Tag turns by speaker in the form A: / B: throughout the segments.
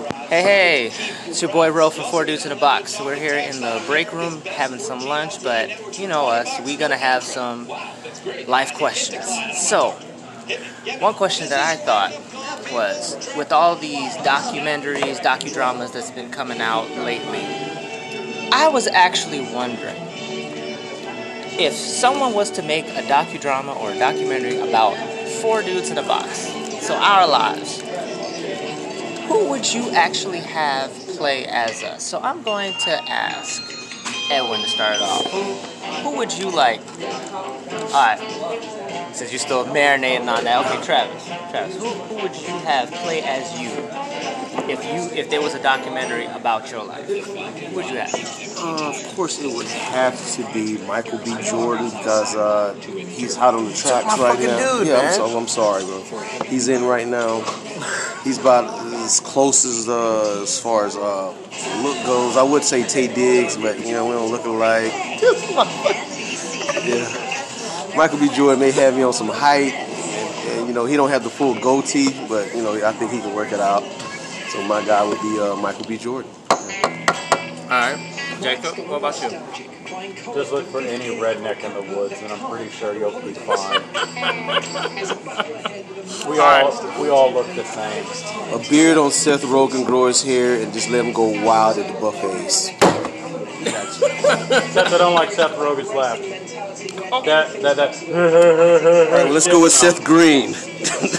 A: Hey, hey, it's your boy Ro from Four Dudes in a Box. We're here in the break room having some lunch, but you know us, we're gonna have some life questions. So, one question that I thought was with all these documentaries, docudramas that's been coming out lately, I was actually wondering if someone was to make a docudrama or a documentary about four dudes in a box, so our lives who would you actually have play as us? So I'm going to ask Edwin to start it off. Who, who would you like? All right, since you're still marinating on that, okay, Travis. Travis, who, who would you have play as you if you if there was a documentary about your life? Who would you have?
B: Uh, of course, it would have to be Michael B. Jordan because uh, he's hot on the tracks
C: my
B: right
C: fucking
B: now.
C: dude,
B: yeah,
C: man.
B: I'm, so, I'm sorry, bro. He's in right now. He's about as close as uh, as far as uh, look goes. I would say Tay Diggs, but you know we don't look alike. yeah, Michael B. Jordan may have me on some height, and, and you know he don't have the full goatee, but you know I think he can work it out. So my guy would be uh, Michael B. Jordan.
A: All right, Jacob. What about you?
D: Just look for any redneck in the woods, and I'm pretty sure you'll be fine. we all we all look the same.
B: a beard on Seth Rogen, grow his hair, and just let him go wild at the buffets.
D: Except I don't like Seth Rogen's laugh. That that that.
B: All right, let's go with Seth Green.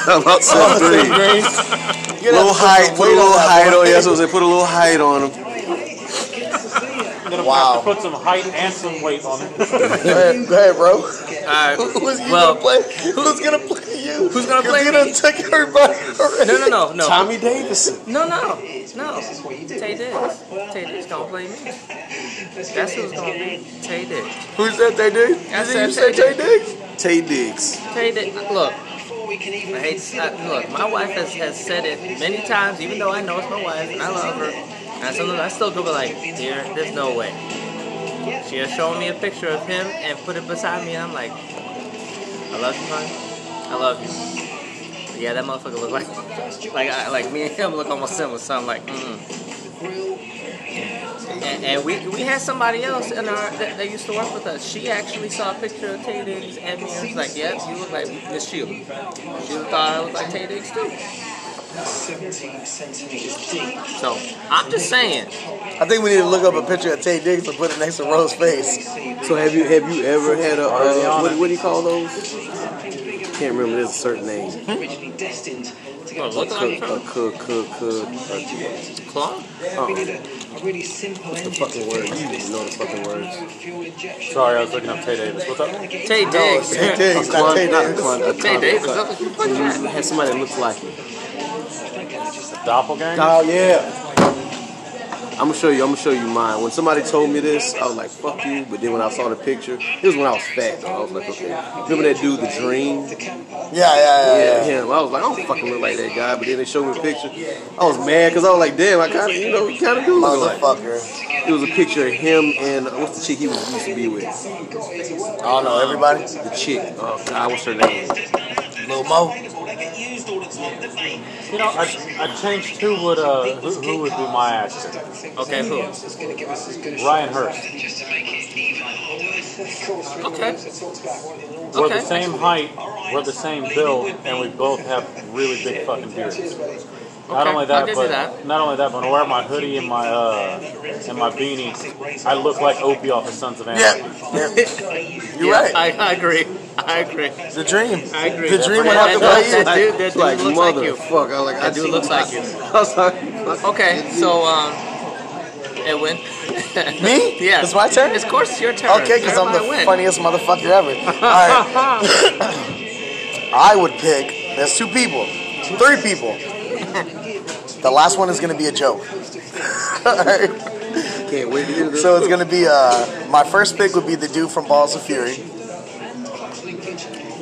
B: How about
C: Oh,
B: Seth Green? Little height, put a little height on. Yeah, that's what I'm saying. Put a little height on him.
D: Wow. Put some height and some weight on it.
C: Hey, hey, bro.
A: All right.
B: Uh,
C: Who's you
A: Well-
C: gonna play? Who's gonna play you?
A: Who's gonna play
C: You
A: me?
C: done took everybody already.
A: No, no, no, no.
B: Tommy Davidson.
A: No, no, no. Tay Diggs. Tay Diggs gonna play me. That's who's gonna be Tay Diggs.
C: Who said they did? You
A: said
C: said you said
A: Tay
C: Tay Diggs.
B: Tay Diggs.
A: Tay Diggs. Look, I hate. I, look, my wife has, has said it many times, even though I know it's my wife and I love her. And sometimes I still go be like, dear, there's no way. She has shown me a picture of him and put it beside me, and I'm like, I love you, honey. I love you. But yeah, that motherfucker look like, like, I, like me and him look almost similar. So I'm like, mm. And, and we, we had somebody else in our that, that used to work with us. She actually saw a picture of Tay Diggs and me and was like, "Yep, you look like Miss Sheila." She thought I looked like Tay Diggs too. So I'm just saying,
C: I think we need to look up a picture of Tay Diggs and put it next to Rose's face.
B: So have you have you ever had a uh, what, what do you call those? Can't remember. There's a certain name.
A: oh, look
B: Cook,
A: like
B: a cook, cook, cook. a-
A: clone.
B: What's the fucking word? You didn't know the fucking words.
D: Sorry, I was looking up Tay Davis. What's up?
A: Tay Diggs.
C: Tay
A: Tay
C: Diggs, not Tay Diggs.
A: Diggs. look like you put that.
B: Had somebody that looks like him.
D: Doppelganger.
C: Oh yeah.
B: I'm gonna show you. I'm gonna show you mine. When somebody told me this, I was like, "Fuck you!" But then when I saw the picture, it was when I was fat. Though. I was like, "Okay." Remember that dude, the Dream?
C: Yeah, yeah,
B: Yeah,
C: yeah. yeah.
B: him. I was like, "I don't fucking look like that guy." But then they showed me the picture. I was mad because I was like, "Damn, I kind of, you know, kind of do look like."
C: Motherfucker.
B: It was a picture of him and uh, what's the chick he was used to be with?
C: I don't know everybody.
B: The chick. Uh, God, what's her name?
C: Lil Mo.
D: You know, I, I changed who would uh who, who would be my actor.
A: Okay, cool.
D: Ryan Hurst.
A: Okay.
D: We're
A: Okay.
D: the same height, we're the same build, and we both have really big fucking beards. Not
A: Okay,
D: only
A: I'll
D: that,
A: give you
D: but
A: that.
D: not only that, but when I wear my hoodie and my uh and my beanie, I look like Opie off of Sons of Anarchy.
C: You're
A: yeah,
C: right.
A: I, I agree. I agree.
C: The dream.
A: I agree.
C: The dream would
A: That-
C: have to
A: that-
C: play you.
A: That dude, that dude
B: like
A: looks like you.
B: motherfucker. I was like,
A: That
B: I
A: dude
B: see
A: looks
B: my-
A: like you.
B: I was like,
A: Okay, so um, Edwin.
C: Me?
A: Yeah.
C: It's my turn?
A: Of course, it's your turn.
C: Okay, because I'm
A: Everybody
C: the
A: win.
C: funniest motherfucker ever. All right. I would pick, there's two people, three people. The last one is going to be a joke.
B: can't wait to hear this.
C: So it's going to be, uh, my first pick would be the dude from Balls of Fury.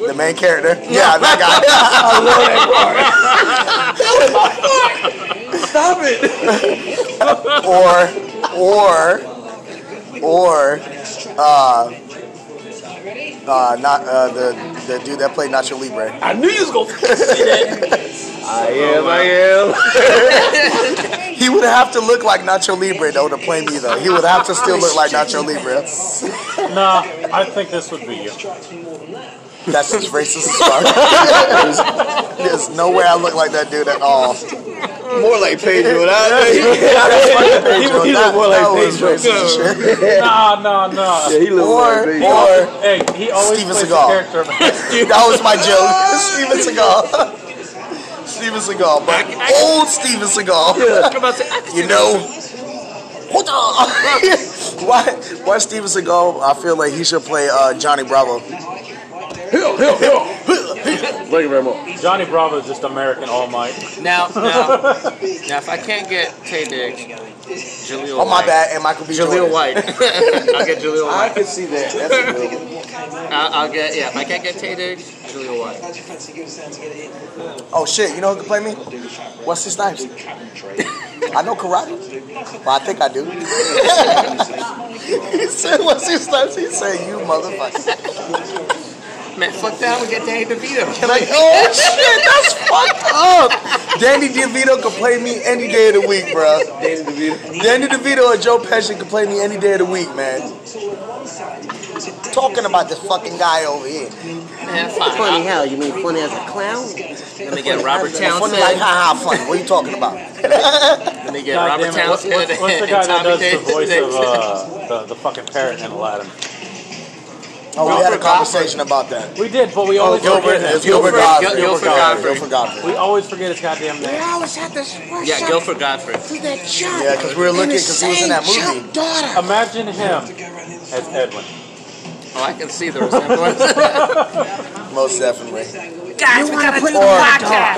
C: The main character. Yeah, that guy. I love that part.
B: Stop it.
C: or or or uh, uh, not uh, the the dude that played Nacho Libre.
B: I knew you was gonna. I am, I am.
C: He would have to look like Nacho Libre though to play me though. He would have to still look like Nacho Libre.
D: Nah, I think this would be you.
C: That's just racist as fuck. There's, there's no way I look like that dude at all.
B: More like Pedro. yeah,
C: He,
B: looked more like Pedro.
D: Nah, nah, nah.
B: he looked
C: Or,
B: like Pedro.
C: or
D: Hey, he always
C: Steven
D: plays
C: Seagal.
D: the character.
C: that was my joke. Steven Seagal. Steven Seagal, but old Steven Seagal.
A: I'm about to, I can
C: You know, hold on. why? Why Steven Seagal? I feel like he should play uh, Johnny Bravo.
B: Thank you very much.
D: Johnny Bravo is just American All Might.
A: Now, now, now, if I can't get Tay Diggs, Jaleel
C: Oh my
A: White.
C: bad, and Michael B.
A: Jaleel
C: Jordan.
A: White. I'll get Jaleel
B: I
A: White.
B: can see that. That's a good one.
A: I'll, I'll get, yeah, if I can't get Tay Diggs, Jaleel White.
C: Oh shit, you know who can play me? Wesley Snipes. I know karate. Well, I think I do. he said Wesley Snipes. He said you motherfucker.
A: Man, fuck that, I'm gonna get Danny DeVito.
C: And I, oh shit, that's fucked up. Danny DeVito could play me any day of the week, bro.
B: Danny DeVito.
C: Danny DeVito or Joe Pesci can play me any day of the week, man. Talking about this fucking guy over here.
A: Man, fine.
E: Funny how? You mean funny as a clown?
A: Let me get Robert
C: Funny, like,
A: Townsend.
C: ha ha, funny. What are you talking about?
A: Let me get
D: God
A: Robert
D: damn it, what-
A: Townsend.
D: what's, what's the
A: and
D: guy that
A: Tommy
D: does the
A: Davis.
D: voice of uh, the, the fucking parrot in Aladdin?
C: Oh, we had a
A: Gilbert
C: conversation about that.
D: We did, but we always
C: Oh, Gilbert,
D: forget
C: it's
D: it.
C: Gilbert
A: Gilbert-
C: Godfrey.
A: Gilbert Godfrey.
C: Gilbert Godfrey.
D: We always forget his goddamn name.
A: Yeah, Guilford Godfrey.
C: Yeah, because we were looking because he was in that movie.
D: Imagine him as Edwin.
A: Oh, I can see the resemblance.
C: Most definitely.
F: Guys, we gotta put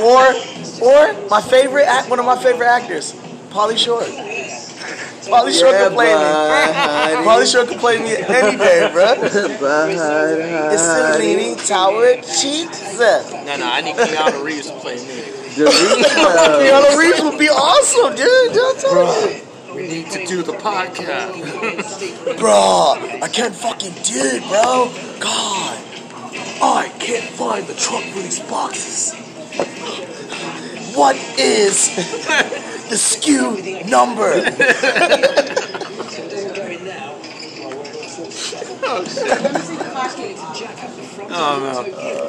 C: Or, or, or my favorite, act, one of my favorite actors, Polly Short. Polly Short
B: Yeah,
C: could play me.
B: buddy.
C: Polly Short could play me any day, bro. It's Celine Tower Cheetah.
A: no, no, I need Keanu Reeves to play me.
B: DeVito.
C: Keanu Reeves would be awesome, dude. Don't tell me.
A: We need to do the podcast.
C: Bro, I can't fucking do it, bro. God. I can't find the truck for these boxes. What is the SKU number?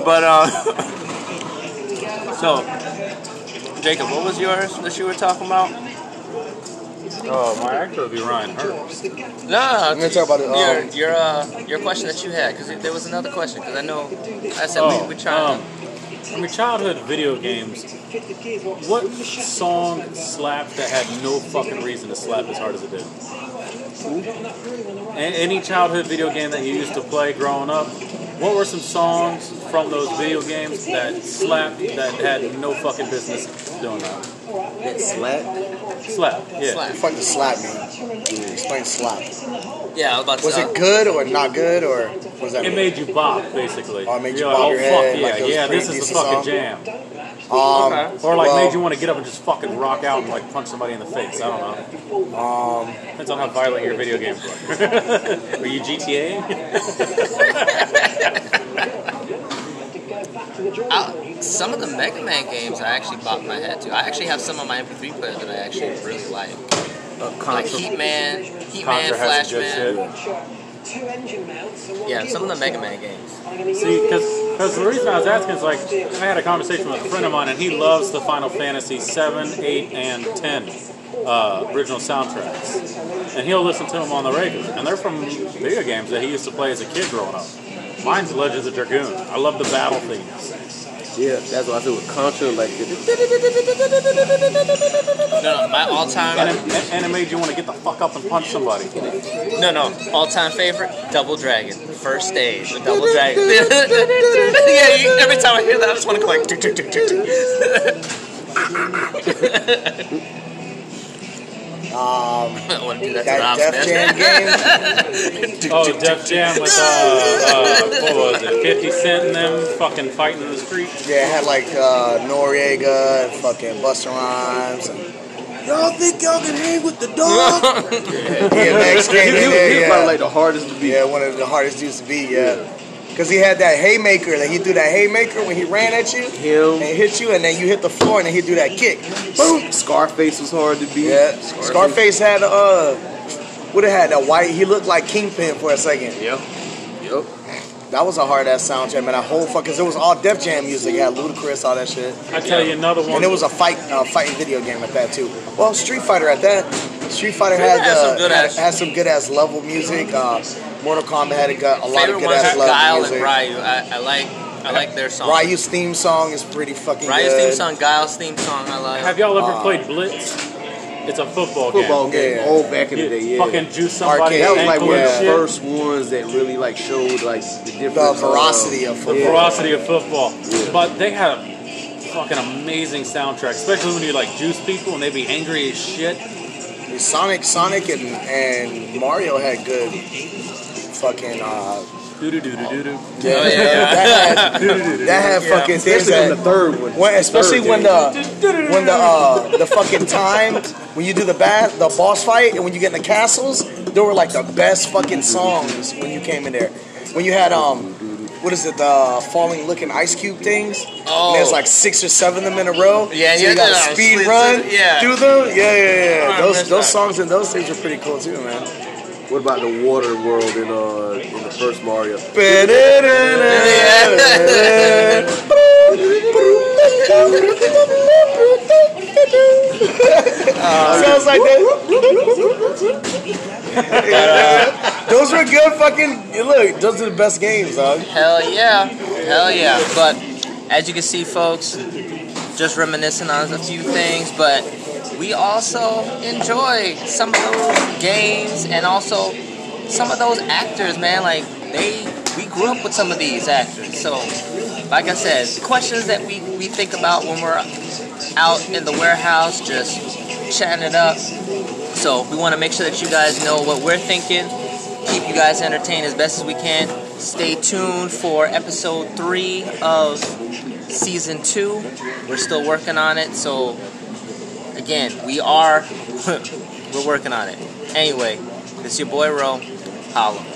A: But uh, so Jacob, what was yours that you were talking about?
D: Oh, my actor would be Ryan Hurst.
A: No, no, no.
C: gonna talk about it,
A: Your
C: um,
A: your uh, your question that you had because there was another question because I know I said
D: Oh,
A: we we tried.
D: um, From your childhood video games, what song slapped that had no fucking reason to slap as hard as it did? A- any childhood video game that you used to play growing up, what were some songs from those video games that slapped that had no fucking business doing that?
B: Slap.
D: Slap, yeah.
A: Slap.
C: Fucking slap me. Explain slap.
A: yeah, I was about to.
C: Was
A: uh,
C: it good or not good or was that?
D: It made you bop, basically.
C: Oh, it made you
D: You're
C: bob
D: like,
C: your
D: oh,
C: head,
D: fuck
C: like it
D: yeah,
C: was
D: yeah,
C: pretty
D: this is the
C: decent
D: fucking
C: song.
D: jam.
C: um,
D: Or like
C: well,
D: made you want to get up and just fucking rock out and like punch somebody in the face. I don't know. Um, Depends on how violent your video games were. were you GTA?
A: I, some of the Mega Man games I actually bopped my head to. I actually have some on my MP3 player that I actually really like,
C: Oh,
A: like Heat Man, Heat Man,
D: Contra had
A: Flash
D: some
A: Man.
D: good shit.
A: Yeah, some of the Mega Man games.
D: See, because the reason I was asking is like I had a conversation with a friend of mine and he loves the Final Fantasy 7, 8, and 10 uh, original soundtracks, and he'll listen to them on the regular. And they're from video games that he used to play as a kid growing up. Mine's Legends of Dragoon. I love the battle themes.
B: Yeah, that's what I said with Contra. Like,
A: No, no, my
D: And
A: all-time,
D: it, and it made you want to get the fuck up and punch somebody.
A: no, no, all-time favorite, Double Dragon, first stage, the Double Dragon. yeah, you, every time I hear that, I just want to go like. "Tick, tick, tick, tick, tick." I want to do that to
C: that
A: Rob
C: Um, Def
A: Smith.
C: Jam game.
D: Oh, Def Jam with uh, uh, what was it? Fifty Cent and them fucking fighting in the street.
C: Yeah, it had like uh, Noriega and fucking Busta Rhymes. And, y'all think y'all can hang with the dog? DMX
B: he,
C: came in
B: was
C: there,
B: probably
C: yeah.
B: like the hardest to beat.
C: Yeah, one of the hardest dudes to beat, yeah. Because he had that haymaker, like he threw that haymaker when he ran at you
B: Him.
C: and hit you, and then you hit the floor, and then he do that kick. Boom!
B: Scarface was hard to beat.
C: Yeah. Scarface had uh, would have had that white. He looked like Kingpin for a second.
B: Yep. Yep.
C: That was a hard ass soundtrack, man. That whole fucking, it was all Def Jam music. It had Ludacris, all that shit,
D: I tell you another one.
C: and it was a fight, uh, fighting video game at that too. Well, Street Fighter at that. Street Fighter had,
A: Street Fighter had
C: uh,
A: some good
C: had,
A: ass-
C: had some good ass level music. Uh, Mortal Kombat had a, gu- a lot of
A: Favorite
C: good
A: ones
C: ass
A: are
C: level
A: Guile
C: music.
A: and Ryu. I, I like I like their song.
C: Ryu's theme song is pretty fucking
A: Ryu's
C: good.
A: theme song, Guile's theme song. I like.
D: Have y'all ever played Blitz? It's a football,
B: Football game.
C: Yeah.
B: Oh, back in
D: game.
B: the day,
D: You
B: yeah.
D: fucking juice somebody.
C: Arcade.
B: that was like
D: ankle
B: one of
D: and
B: the
D: shit.
B: first ones that really like showed like the different
C: The veracity of
D: the
C: football.
D: ferocity of football. But they had a fucking amazing soundtrack, especially when you like juice people and they be angry as shit.
C: Sonic, Sonic, and, and Mario had good fucking. Uh,
D: Doo doo doo doo doo doo.
C: yeah,
A: yeah.
C: that had, that had
A: Yeah.
C: fucking things
B: especially
C: that.
B: on the third one.
C: When, especially
B: Third
C: when
B: game.
C: the when the uh, the fucking time when you do the bat the boss fight and when you get in the castles, there were like the best fucking songs when you came in there. When you had um, what is it the falling looking ice cube things?
A: Oh.
C: And there's like six or seven of them in a row.
A: Yeah,
C: so
A: yeah,
C: you got
A: yeah,
C: to speed
A: split
C: run
A: to- yeah.
C: through them. Yeah, yeah, yeah.
A: I
C: Those
A: missed
C: those
A: that.
C: songs and those things are pretty cool too, man.
B: What about the water world in uh in the first Mario?
C: Sounds like that. Yeah. Those were good fucking. Look, those are the best games, dog.
A: Hell yeah. Hell yeah. But as you can see, folks, just reminiscing on a few things, but we also enjoy some of those games and also some of those actors, man. Like, they, we grew up with some of these actors. So, like I said, the questions that we, we think about when we're out in the warehouse, just chatting it up. So, we want to make sure that you guys know what we're thinking keep you guys entertained as best as we can. Stay tuned for episode three of season two. We're still working on it, so again, we are we're working on it. Anyway, this is your boy Ro. Holla.